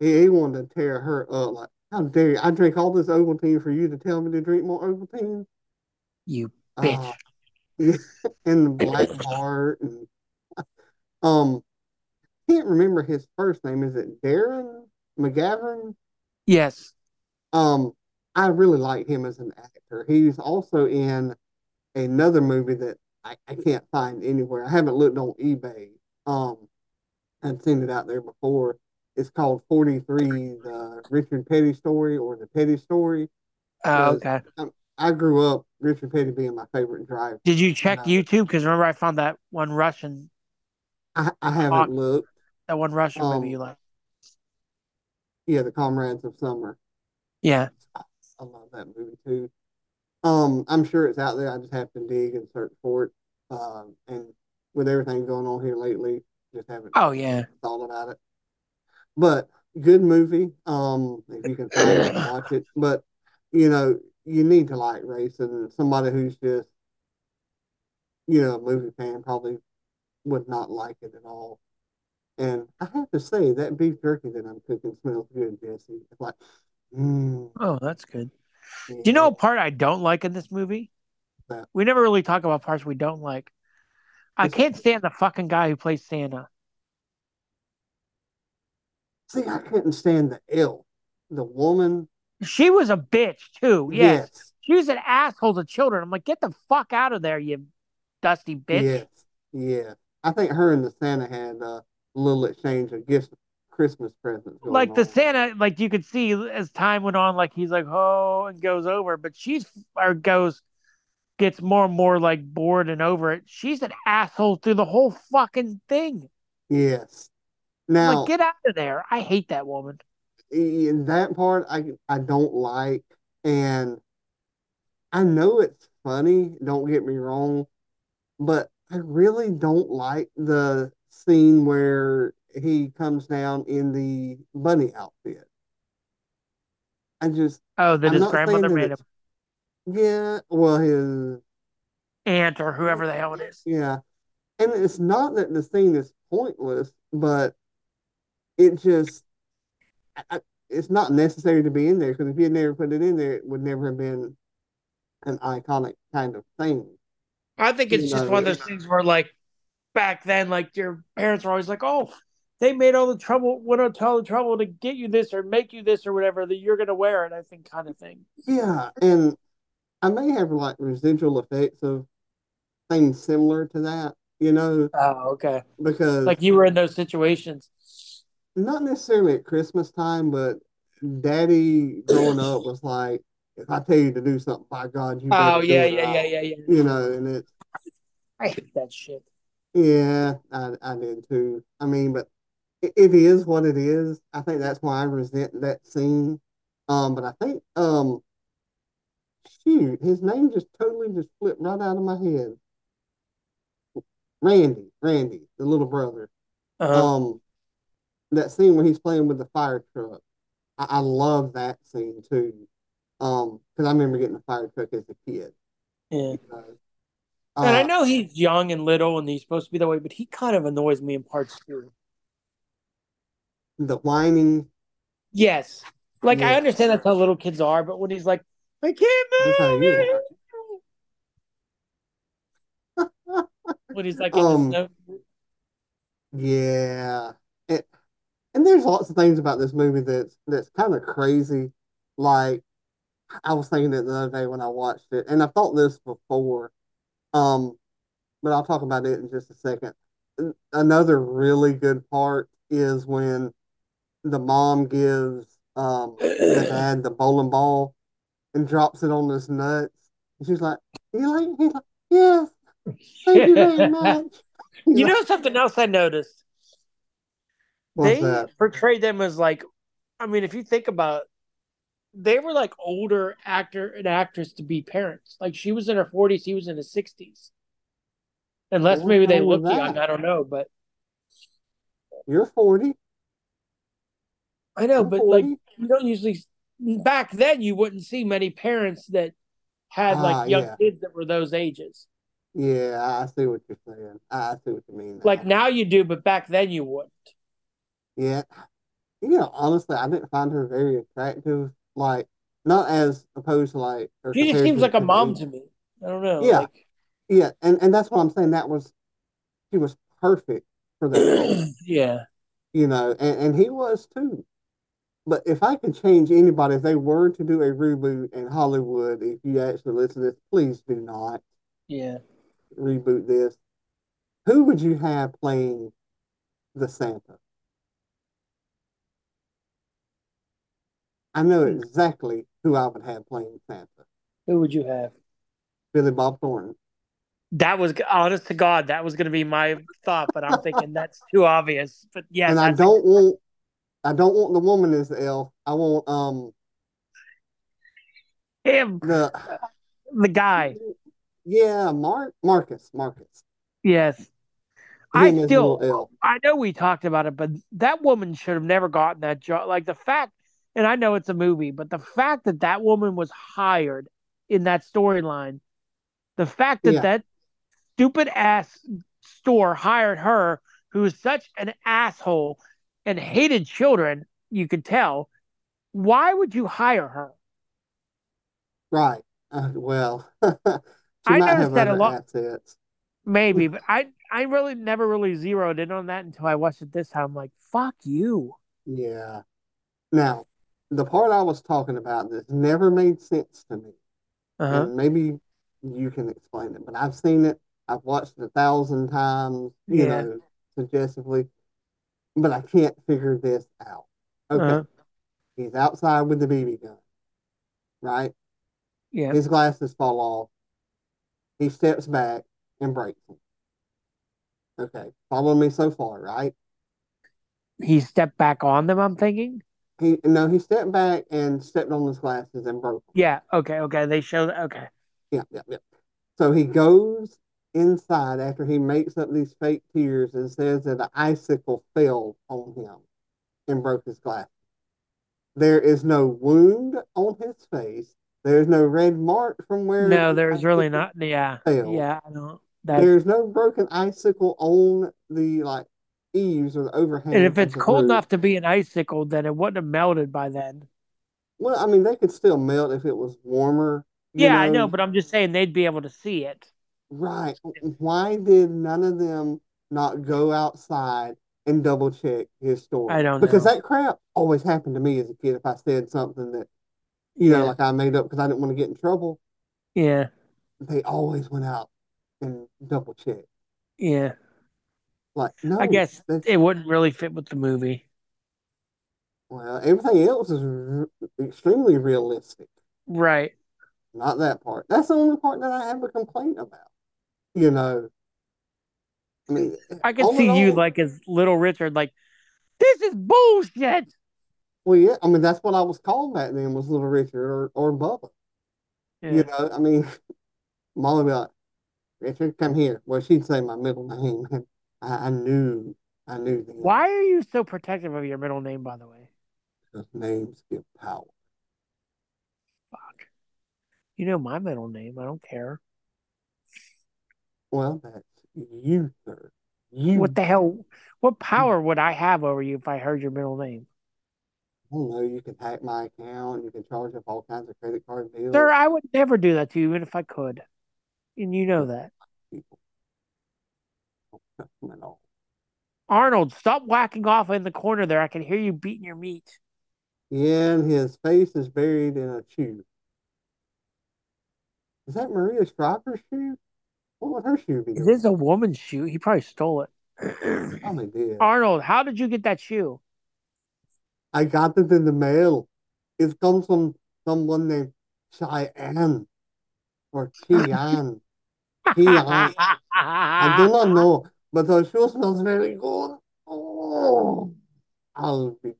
Speaker 1: He, he wanted to tear her up. Like, how dare you? I drink all this Ovaltine for you to tell me to drink more Ovaltine?
Speaker 2: You bitch.
Speaker 1: [laughs] Uh, and the black heart and [laughs] um can't remember his first name. Is it Darren McGavern?
Speaker 2: yes.
Speaker 1: Um, I really like him as an actor. He's also in another movie that I, I can't find anywhere. I haven't looked on eBay. Um, I've seen it out there before. It's called 43, the Richard Petty story or the Petty story.
Speaker 2: Oh,
Speaker 1: Yes.
Speaker 2: okay.
Speaker 1: I grew up Richard Petty being my favorite driver.
Speaker 2: Did you check
Speaker 1: No.
Speaker 2: YouTube? Because remember I found that one Russian
Speaker 1: I, I haven't
Speaker 2: Hawk.
Speaker 1: looked.
Speaker 2: that one Russian
Speaker 1: Um,
Speaker 2: movie you like.
Speaker 1: Yeah, The Comrades of Summer.
Speaker 2: Yeah.
Speaker 1: I love that movie too. Um, I'm sure it's out there. I just have to dig and search for it. Um, and with everything going on here lately, just haven't
Speaker 2: Oh yeah.
Speaker 1: thought about it. But good movie. Um, if you can find it, watch it. But you know, you need to like racing. Somebody who's just you know a movie fan probably would not like it at all. And I have to say that beef jerky that I'm cooking smells good, Jesse. It's like, mm,
Speaker 2: Oh, that's good. Do you know a part I don't like in this movie?
Speaker 1: What?
Speaker 2: We never really talk about parts we don't like. I
Speaker 1: It's-
Speaker 2: can't stand the fucking guy who plays Santa.
Speaker 1: See, I couldn't stand the ill, the woman.
Speaker 2: She was a bitch too. Yes. She was an asshole to children. I'm like, get the fuck out of there, you dusty bitch.
Speaker 1: Yes. Yeah. I think her and the Santa had uh, a little exchange of gifts, Christmas presents. going
Speaker 2: Like the
Speaker 1: on.
Speaker 2: Santa, like you could see as time went on, like he's like, oh, and goes over, but she's or goes gets more and more like bored and over it. She's an asshole through the whole fucking thing.
Speaker 1: Yes. Now,
Speaker 2: like, get out of there. I hate that woman.
Speaker 1: in that part, I I don't like, and I know it's funny. Don't get me wrong, but I really don't like the scene where he comes down in the bunny outfit. I just,
Speaker 2: Oh, that
Speaker 1: I'm
Speaker 2: his
Speaker 1: not saying
Speaker 2: grandmother
Speaker 1: that
Speaker 2: made him
Speaker 1: it's yeah, well, his
Speaker 2: aunt or whoever the hell it is.
Speaker 1: Yeah. And it's not that the scene is pointless, but it just, I, I- it's not necessary to be in there because if you had never put it in there, it would never have been an iconic kind of thing.
Speaker 2: I think it's
Speaker 1: You
Speaker 2: just
Speaker 1: know,
Speaker 2: one of
Speaker 1: it's-
Speaker 2: those things where, like, back then, like your parents were always like, "Oh, they made all the trouble, went out to all the trouble to get you this or make you this or whatever that you're gonna wear it." I think kind of thing.
Speaker 1: Yeah, and I may have like residual effects of things similar to that, you know,
Speaker 2: Oh, okay.
Speaker 1: because
Speaker 2: Like you were in those situations.
Speaker 1: not necessarily at Christmas time, but daddy growing up was like, if I tell you to do something, by God, you better
Speaker 2: Oh
Speaker 1: do
Speaker 2: yeah,
Speaker 1: it,
Speaker 2: yeah,
Speaker 1: or
Speaker 2: yeah,
Speaker 1: I'll-"
Speaker 2: yeah, yeah.
Speaker 1: You know, and it's
Speaker 2: I hate that shit.
Speaker 1: Yeah, I I did too. I mean, but it, it is what it is. I think that's why I resent that scene. Um, but I think um, shoot, his name just totally just flipped right out of my head. Randy, Randy, the little brother.
Speaker 2: Uh-huh.
Speaker 1: Um, that scene where he's playing with the fire truck. I, I love that scene too. Um, because I remember getting a fire truck as a kid.
Speaker 2: yeah.
Speaker 1: you know.
Speaker 2: And I
Speaker 1: Uh,
Speaker 2: know he's young and little, and he's supposed to be that way, but he kind of annoys me in parts too.
Speaker 1: the whining.
Speaker 2: Yes. Like I
Speaker 1: Yeah.
Speaker 2: understand that's how little kids are, but when he's like, I
Speaker 1: That's how
Speaker 2: can't
Speaker 1: you
Speaker 2: move.
Speaker 1: are.
Speaker 2: [laughs] When he's like in the
Speaker 1: Um,
Speaker 2: snow.
Speaker 1: Yeah. It, and there's lots of things about this movie that's that's kind of crazy. Like I was thinking it the other day when I watched it, and I thought this before. Um, but I'll talk about it in just a second. An- Another really good part is when the mom gives um the dad the bowling ball and drops it on his nuts. And she's like, You like he's like, Yes, thank you
Speaker 2: [laughs]
Speaker 1: very much.
Speaker 2: [clears throat] You know something else I noticed?
Speaker 1: What's
Speaker 2: they
Speaker 1: that?
Speaker 2: portrayed them as like I mean, if you think about it, they were like older actor and actress to be parents. Like she was in her forties, he was in his sixties. Unless
Speaker 1: What's
Speaker 2: maybe they
Speaker 1: wrong with
Speaker 2: looked young,
Speaker 1: Oh, that?
Speaker 2: I don't know, but
Speaker 1: You're 40.
Speaker 2: I know,
Speaker 1: I'm
Speaker 2: but like
Speaker 1: 40.
Speaker 2: you don't usually back then you wouldn't see many parents that had
Speaker 1: Ah,
Speaker 2: like young
Speaker 1: yeah.
Speaker 2: kids that were those ages.
Speaker 1: Yeah, I see what you're saying. I see what you mean.
Speaker 2: Like
Speaker 1: now.
Speaker 2: now you do, but back then you wouldn't.
Speaker 1: Yeah. You know, honestly, I didn't find her very attractive. Like, not as opposed to like her
Speaker 2: She just
Speaker 1: compared
Speaker 2: seems
Speaker 1: to
Speaker 2: like a
Speaker 1: the
Speaker 2: mom
Speaker 1: age.
Speaker 2: to me. I don't know.
Speaker 1: Yeah.
Speaker 2: like-
Speaker 1: Yeah, and, and that's what I'm saying. That was she was perfect for that role,
Speaker 2: [clears throat] yeah.
Speaker 1: you know, and, and he was too. But if I could change anybody, if they were to do a reboot in Hollywood, if you actually listen to this, please do not
Speaker 2: Yeah.
Speaker 1: reboot this. Who would you have playing the Santa? I know
Speaker 2: Hmm.
Speaker 1: exactly who I would have playing Santa.
Speaker 2: Who would you have?
Speaker 1: Billy Bob Thornton.
Speaker 2: That was honest to God. That was going to be my thought, but I'm thinking that's too obvious. But yes,
Speaker 1: And I
Speaker 2: that's-
Speaker 1: don't want I don't want the woman as the elf. I want um
Speaker 2: him,
Speaker 1: the
Speaker 2: the guy.
Speaker 1: yeah, Mark Marcus. Marcus.
Speaker 2: Yes, I
Speaker 1: Him as the
Speaker 2: still
Speaker 1: little elf.
Speaker 2: I know we talked about it, but that woman should have never gotten that job. Like the fact, and I know it's a movie, but the fact that that woman was hired in that storyline, the fact that
Speaker 1: Yeah.
Speaker 2: that stupid ass store hired her, who was such an asshole and hated children, you could tell. Why would you hire her?
Speaker 1: Right. Uh, well, [laughs] she
Speaker 2: I
Speaker 1: might have
Speaker 2: noticed that a
Speaker 1: other
Speaker 2: lot-
Speaker 1: assets.
Speaker 2: Maybe, but I I really never really zeroed in on that until I watched it this time. I'm like, fuck you.
Speaker 1: Yeah. Now, the part I was talking about that's never made sense to me.
Speaker 2: Uh-huh.
Speaker 1: and maybe you can explain it, but I've seen it. I've watched it a thousand times, you
Speaker 2: Yeah.
Speaker 1: know, suggestively, but I can't figure this out. Okay.
Speaker 2: Uh-huh.
Speaker 1: He's outside with the BB gun, right?
Speaker 2: Yeah.
Speaker 1: His glasses fall off. He steps back and breaks them. Okay. Follow me so far, right?
Speaker 2: He stepped back on them, I'm thinking.
Speaker 1: He no, he stepped back and stepped on his glasses and broke them.
Speaker 2: Yeah, okay, okay. They show that okay.
Speaker 1: Yeah, yeah, yeah. So he goes inside after he makes up these fake tears and says that an icicle fell on him and broke his glass. There is no wound on his face. There's no red mark from where
Speaker 2: No,
Speaker 1: the
Speaker 2: there's really
Speaker 1: icicle-
Speaker 2: not yeah.
Speaker 1: fail.
Speaker 2: Yeah, I don't that
Speaker 1: There's no broken icicle on the like eaves or the overhang.
Speaker 2: and if
Speaker 1: of
Speaker 2: it's
Speaker 1: the
Speaker 2: cold
Speaker 1: roof.
Speaker 2: enough to be an icicle, then it wouldn't have melted by then.
Speaker 1: well, I mean, they could still melt if it was warmer. you
Speaker 2: Yeah, I know,
Speaker 1: know?
Speaker 2: but I'm just saying they'd be able to see it.
Speaker 1: Right. Why did none of them not go outside and double check his story?
Speaker 2: I don't
Speaker 1: Because
Speaker 2: know.
Speaker 1: that crap always happened to me as a kid if I said something that, you know,
Speaker 2: Yeah.
Speaker 1: like I made up because I didn't want to get in trouble.
Speaker 2: Yeah,
Speaker 1: They always went out and double checked.
Speaker 2: yeah.
Speaker 1: Like, no,
Speaker 2: I guess
Speaker 1: that's
Speaker 2: it wouldn't really fit with the movie.
Speaker 1: well, everything else is r extremely realistic.
Speaker 2: Right.
Speaker 1: Not that part. That's the only part that I have a complaint about. You know, I mean,
Speaker 2: I could
Speaker 1: all in
Speaker 2: see you
Speaker 1: all-
Speaker 2: like as Little Richard, like this is bullshit.
Speaker 1: Well, yeah, I mean that's what I was called back then was Little Richard or, or Bubba.
Speaker 2: Yeah.
Speaker 1: You know, I mean, [laughs] Molly would be like, Richard, come here. Well, she'd say my middle name, and I, I knew, I knew then
Speaker 2: Why are you so protective of your middle name, by the way?
Speaker 1: because names give power.
Speaker 2: Fuck. You know my middle name. I don't care.
Speaker 1: Well, that's you, sir. You,
Speaker 2: What the hell? What power would I have over you if I heard your middle name?
Speaker 1: I don't know. You can hack my account. You can charge up all kinds of credit card bills. [laughs]
Speaker 2: Sir, I would never do that to you, even if I could. And you know that.
Speaker 1: People don't trust them at all.
Speaker 2: Arnold, stop whacking off in the corner there. I can hear you beating your meat.
Speaker 1: Yeah, and his face is buried in a shoe. Is that Maria Stryker's shoe? What would her shoe be
Speaker 2: Is
Speaker 1: doing?
Speaker 2: this a woman's shoe? He probably stole [clears throat] it.
Speaker 1: Probably did.
Speaker 2: Arnold, how did you get that shoe?
Speaker 1: I got it in the mail. It comes from someone named Cheyenne or Cheyenne. Cheyenne. I
Speaker 2: [laughs]
Speaker 1: do not know, but her shoe smells very good. Oh, I'll
Speaker 2: [laughs]
Speaker 1: be.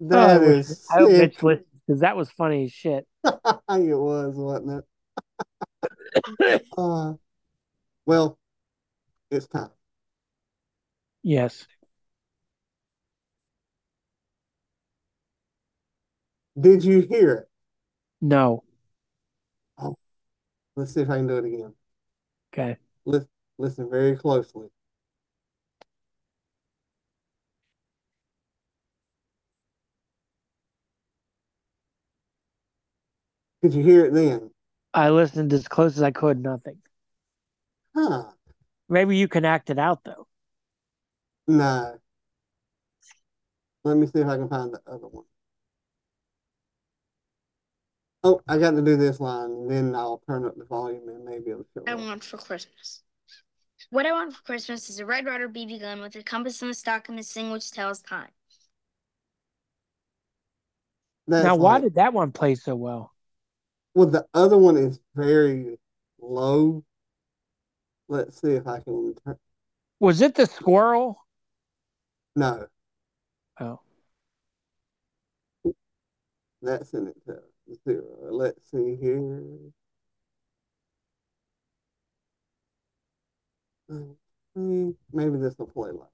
Speaker 1: That
Speaker 2: I
Speaker 1: is
Speaker 2: I hope
Speaker 1: sick.
Speaker 2: Mitch listens because that was funny as shit.
Speaker 1: [laughs] It was, wasn't
Speaker 2: [laughs]
Speaker 1: it? Uh, well, it's time.
Speaker 2: Yes.
Speaker 1: Did you hear it?
Speaker 2: No.
Speaker 1: Let's see if I can do it again.
Speaker 2: Okay.
Speaker 1: Listen, listen very closely. Did you hear it then?
Speaker 2: I listened as close as I could. Nothing.
Speaker 1: Huh.
Speaker 2: Maybe you can act it out though.
Speaker 1: No. Let me see if I can find the other one. Oh, I got to do this line, and then I'll turn up the volume and maybe it'll show
Speaker 6: I
Speaker 1: up.
Speaker 6: want for Christmas. What I want for Christmas is a Red Ryder BB gun with a compass in the stock and a thing which tells time.
Speaker 1: That's
Speaker 2: now, why
Speaker 1: like-
Speaker 2: did that one play so well?
Speaker 1: Well, the other one is very low. Let's see if I can turn.
Speaker 2: Was it the squirrel?
Speaker 1: No,
Speaker 2: Oh,
Speaker 1: that's in it to zero. Let's see here. Mm, mm, Maybe this will play like.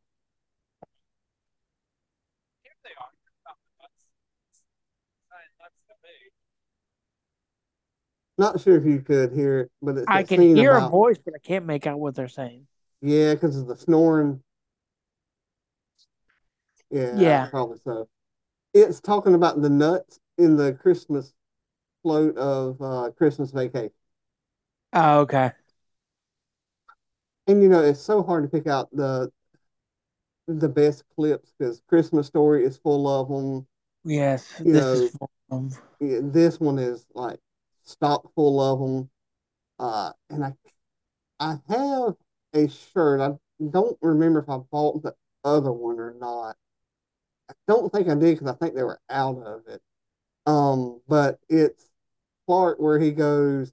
Speaker 1: Not sure if you could hear it, but it's
Speaker 2: I
Speaker 1: that
Speaker 2: can
Speaker 1: scene
Speaker 2: hear a
Speaker 1: about-
Speaker 2: voice, but I can't make out what they're saying.
Speaker 1: Yeah, because of the snoring. Yeah,
Speaker 2: Yeah.
Speaker 1: probably so. It's talking about the nuts in the Christmas float of uh, Christmas Vacation.
Speaker 2: Oh, okay.
Speaker 1: And you know, it's so hard to pick out the the best clips because Christmas Story is full of them.
Speaker 2: Yes,
Speaker 1: You
Speaker 2: this is from.
Speaker 1: This one is like stock full of them. Uh, and I I have a shirt. I don't remember if I bought the other one or not. I don't think I did because I think they were out of it. Um, but it's Clark where he goes,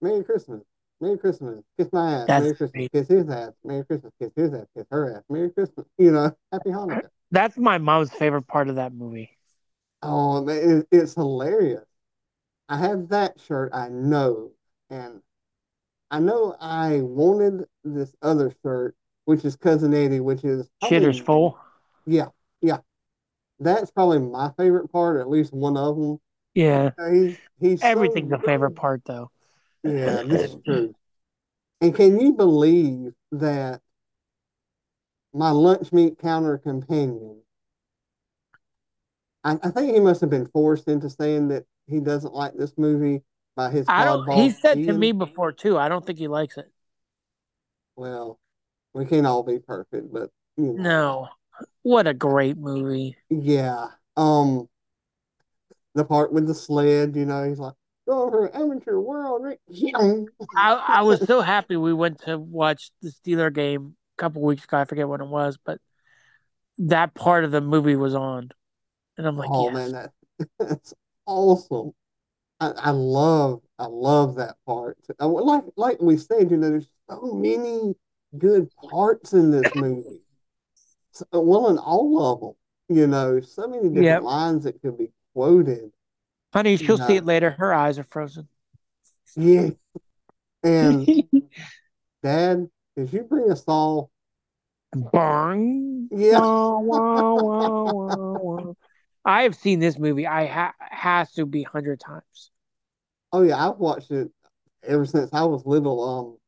Speaker 1: Merry Christmas, Merry Christmas, kiss my ass,
Speaker 2: That's
Speaker 1: Merry Christmas,
Speaker 2: great.
Speaker 1: kiss his ass, Merry Christmas, kiss his ass, kiss her ass, Merry Christmas, you know, Happy Hanukkah.
Speaker 2: That's my mom's favorite part of that movie.
Speaker 1: Oh, man, it, it's hilarious. I have that shirt, I know, and I know I wanted this other shirt, which is Cousin Eddie, which is
Speaker 2: Shitter's
Speaker 1: probably-
Speaker 2: full.
Speaker 1: Yeah, yeah. That's probably my favorite part, or at least one of them.
Speaker 2: Yeah,
Speaker 1: He's he's so
Speaker 2: everything's a favorite
Speaker 1: good.
Speaker 2: part though.
Speaker 1: Yeah, this is true. And can you believe that my lunch meat counter companion? I, I think he must have been forced into saying that he doesn't like this movie about his
Speaker 2: I don't,
Speaker 1: oddball
Speaker 2: he said to
Speaker 1: season.
Speaker 2: me before too. I don't think he likes it.
Speaker 1: Well, we can't all be perfect, but you know.
Speaker 2: No, what a great movie.
Speaker 1: Yeah. Um, the part with the sled, you know, he's like, go over to amateur world, right? [laughs]
Speaker 2: I, I was so happy we went to watch the Steeler game a couple weeks ago. I forget when it was, but that part of the movie was on, and I'm like,
Speaker 1: Oh
Speaker 2: yes.
Speaker 1: man, that [laughs] that's awesome. I, I love I love that part. I, would- like like we said, you know, there's so many good parts in this movie. So, well, in all of them, you know, so many different
Speaker 2: Yep.
Speaker 1: lines that could be quoted.
Speaker 2: honey, she'll see
Speaker 1: No.
Speaker 2: it later. Her eyes are frozen.
Speaker 1: Yeah. And
Speaker 2: [laughs]
Speaker 1: Dad, did you bring us all?
Speaker 2: Bong.
Speaker 1: Yeah.
Speaker 2: Wah, wah, wah, wah, wah. I have seen this movie. I ha- has to be hundred times.
Speaker 1: Oh yeah, I've watched it ever since I was little. Um,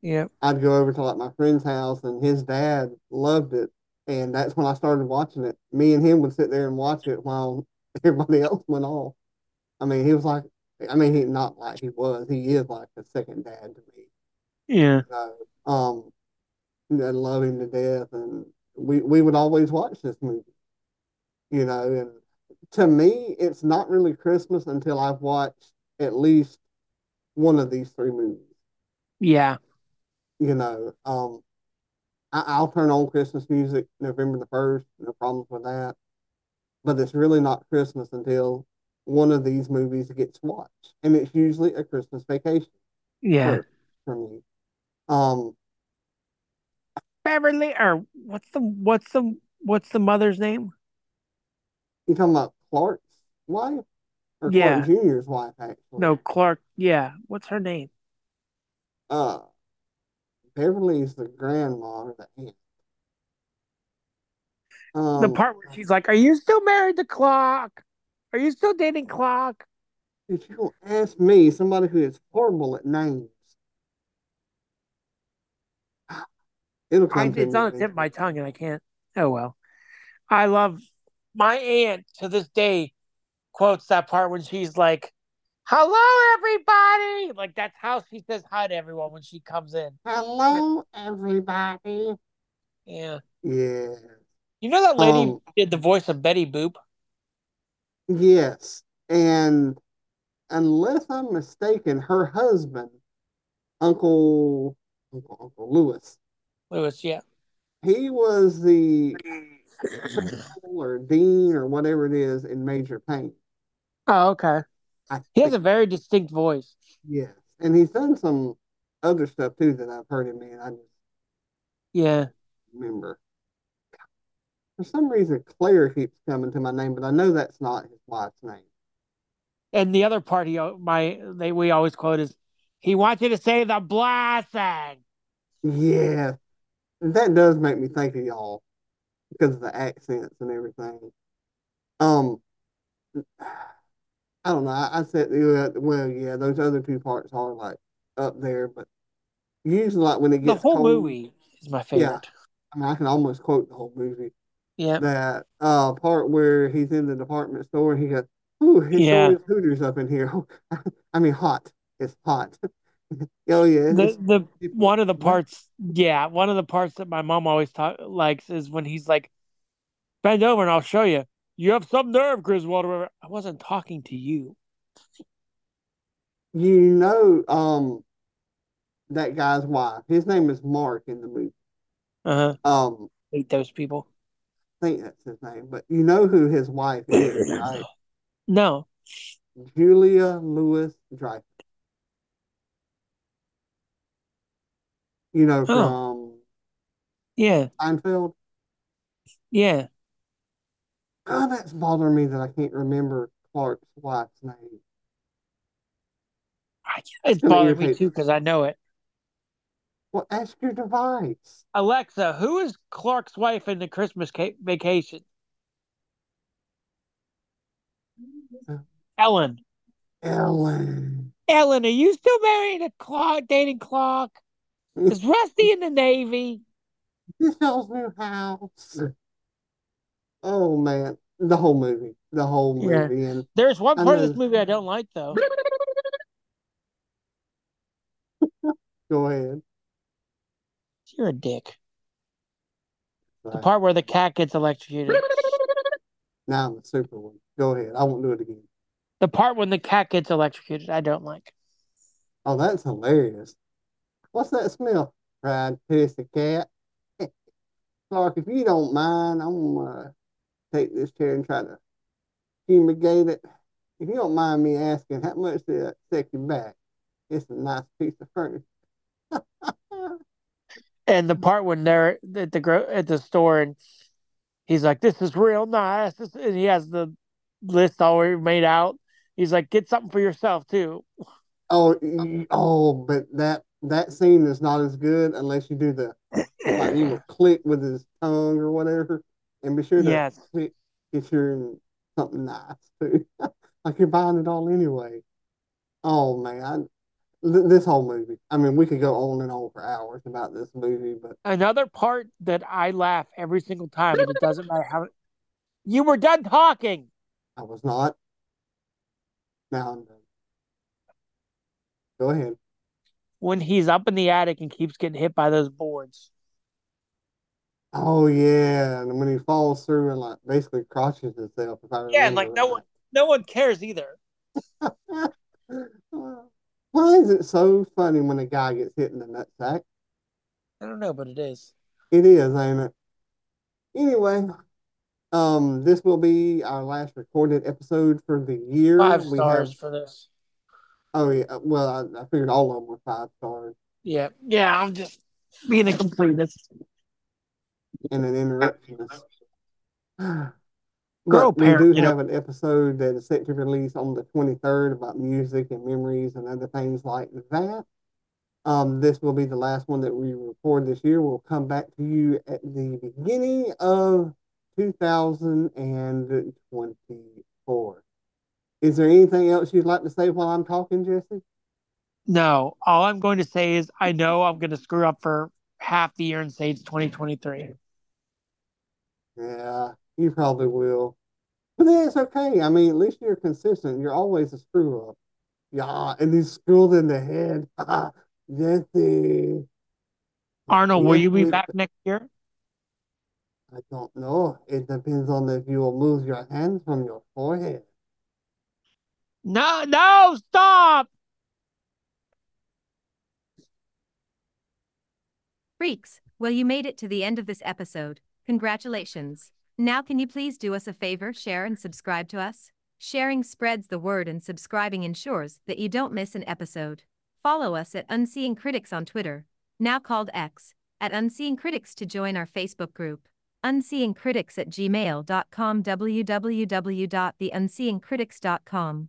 Speaker 2: Yeah,
Speaker 1: I'd go over to like my friend's house, and his dad loved it, and that's when I started watching it. Me and him would sit there and watch it while [laughs] everybody else went off. I mean, he was like, I mean, he not like he was. He is like a second dad to me.
Speaker 2: yeah.
Speaker 1: So, um, I love him to death, and we we would always watch this movie, you know. And to me, it's not really Christmas until I've watched at least one of these three movies
Speaker 2: Yeah.
Speaker 1: you know, um, I, I'll turn on Christmas music November the first, no problems with that. But it's really not Christmas until one of these movies gets watched, and it's usually a Christmas vacation
Speaker 2: Yeah.
Speaker 1: for, for me. Um,
Speaker 2: Beverly or what's the what's the what's the mother's name?
Speaker 1: you talking about Clark's wife or
Speaker 2: Yeah.
Speaker 1: Clark Jr.'s wife, actually?
Speaker 2: No, Clark. Yeah. What's her name?
Speaker 1: uh, Beverly's the grandma or the aunt.
Speaker 2: the
Speaker 1: Um,
Speaker 2: part where she's like, Are you still married to Clark? Are you still dating Clark?
Speaker 1: if you don't ask me, somebody who is horrible at names, it'll
Speaker 2: I,
Speaker 1: come to
Speaker 2: it's
Speaker 1: me
Speaker 2: on the tip of my
Speaker 1: eventually.
Speaker 2: tongue and I can't. Oh well. I love my aunt to this day quotes that part when she's like, Hello, everybody. Like that's how she says hi to everyone when she comes in.
Speaker 1: Hello, everybody.
Speaker 2: Yeah.
Speaker 1: Yeah.
Speaker 2: You know that lady
Speaker 1: Um,
Speaker 2: did the voice of Betty Boop?
Speaker 1: Yes. And unless I'm mistaken, her husband, Uncle Uncle, Uncle Lewis,
Speaker 2: Lewis, yeah.
Speaker 1: he was the principal or dean or whatever it is in Major Pain.
Speaker 2: Oh, okay.
Speaker 1: I
Speaker 2: He
Speaker 1: think
Speaker 2: has a very distinct voice.
Speaker 1: Yes, and he's done some other stuff too that I've heard him in. I just
Speaker 2: Yeah.
Speaker 1: remember. For some reason, Claire keeps coming to my name, but I know that's not his wife's name.
Speaker 2: And the other part he my they we always quote is he wants you to say the blessing.
Speaker 1: Yeah, that does make me think of y'all because of the accents and everything. Um, I don't know. I, I said, yeah, well, yeah, those other two parts are like up there, but usually, like when it
Speaker 2: The
Speaker 1: gets
Speaker 2: whole
Speaker 1: cold,
Speaker 2: movie is my favorite.
Speaker 1: I mean, I can almost quote the whole movie.
Speaker 2: Yeah.
Speaker 1: that uh part where he's in the department store and he goes, Ooh, it sure
Speaker 2: Yeah.
Speaker 1: is Hooters up in here. [laughs] I mean hot. It's hot. [laughs] Oh yeah,
Speaker 2: The
Speaker 1: it's
Speaker 2: the
Speaker 1: it's-
Speaker 2: one of the
Speaker 1: yeah.
Speaker 2: parts yeah, one of the parts that my mom always ta- likes is when he's like, Bend over and I'll show you. You have some nerve, Griswold. or whatever." I wasn't talking to you.
Speaker 1: you know um that guy's wife. His name is Mark in the movie.
Speaker 2: Uh-huh.
Speaker 1: Um
Speaker 2: Hate those people.
Speaker 1: I think that's his name, but you know who his wife
Speaker 2: [laughs]
Speaker 1: is, right?
Speaker 2: No.
Speaker 1: Julia Louis Dreyfus. You know, from
Speaker 2: Yeah.
Speaker 1: Seinfeld.
Speaker 2: Yeah.
Speaker 1: Oh, that's bothering me that I can't remember Clark's wife's name.
Speaker 2: I, it's
Speaker 1: gonna
Speaker 2: bothering me
Speaker 1: irritate-
Speaker 2: too because I know it.
Speaker 1: Well, ask your device.
Speaker 2: Alexa, who is Clark's wife in the Christmas ca- vacation? Ellen.
Speaker 1: Ellen.
Speaker 2: Ellen, are you still married to Clark, dating Clark? Is Rusty in the Navy?
Speaker 1: This y'all's new house. Oh man. The whole movie. The whole
Speaker 2: Yeah.
Speaker 1: movie. And
Speaker 2: There's one
Speaker 1: I
Speaker 2: part of this
Speaker 1: know.
Speaker 2: movie I don't like, though.
Speaker 1: Go ahead.
Speaker 2: [laughs] You're a dick. The
Speaker 1: Right.
Speaker 2: part where the cat gets [laughs] electrocuted.
Speaker 1: Now I'm the super one. Go ahead. I won't do it again.
Speaker 2: The part when the cat gets electrocuted, I don't like.
Speaker 1: Oh, that's hilarious. What's that smell? Fried piss a cat. [laughs] Clark, if you don't mind, I'm gonna take this chair and try to fumigate it. If you don't mind me asking, how much did it set you back? It's a nice piece of furniture. [laughs]
Speaker 2: And the part when they're at the gro- at the store and he's like, "This is real nice," this- and he has the list already made out. He's like, "Get something for yourself too."
Speaker 1: Oh, y- oh, but that that scene is not as good unless you do the like you will click with his tongue or whatever, and be sure to
Speaker 2: Yes.
Speaker 1: click if you're in something nice too. [laughs] Like you're buying it all anyway. Oh man, th- this whole movie. I mean, we could go on and on for hours about this movie, but
Speaker 2: Another part that I laugh every single time, and it doesn't matter how. You were done talking.
Speaker 1: I was not. Now I'm done. Go ahead.
Speaker 2: when he's up in the attic and keeps getting hit by those boards.
Speaker 1: Oh yeah, and when he falls through and like basically crotches himself, if I
Speaker 2: Yeah, and,
Speaker 1: remember
Speaker 2: like, no
Speaker 1: right.
Speaker 2: one- No one cares either.
Speaker 1: [laughs] Why is it so funny when a guy gets hit in the nutsack?
Speaker 2: I don't know, but it is.
Speaker 1: It is, ain't it? Anyway, um, this will be our last recorded episode for the year.
Speaker 2: Five
Speaker 1: We
Speaker 2: stars
Speaker 1: have,
Speaker 2: for this.
Speaker 1: oh yeah, well, I, I figured all of them were five stars
Speaker 2: Yeah. Yeah, I'm just being a completist.
Speaker 1: and an interruptionist. But
Speaker 2: Girl
Speaker 1: we
Speaker 2: parent,
Speaker 1: do
Speaker 2: you know.
Speaker 1: have an episode that is set to release on the 23rd about music and memories and other things like that. Um, this will be the last one that we record this year. We'll come back to you at the beginning of 2024. Is there anything else you'd like to say while I'm talking, Jesse?
Speaker 2: No, all I'm going to say is I know I'm going to screw up for half the year and say it's 2023.
Speaker 1: Yeah, you probably will. But then it's okay. I mean, at least you're consistent. You're always a screw up. Yeah, and he's screwed in the head. [laughs] Jesse.
Speaker 2: Arnold, will you be
Speaker 1: Jesse.
Speaker 2: back next year?
Speaker 1: I don't know. It depends on if you will move your hands from your forehead.
Speaker 2: No, no, stop.
Speaker 4: Freaks, well, you made it to the end of this episode. Congratulations. Now, can you please do us a favor, share and subscribe to us? Sharing spreads the word, and subscribing ensures that you don't miss an episode. Follow us at Unseeing Critics on Twitter, now called X, at Unseeing Critics to join our Facebook group. Unseeing Critics at gmail.com, www.theunseeingcritics.com.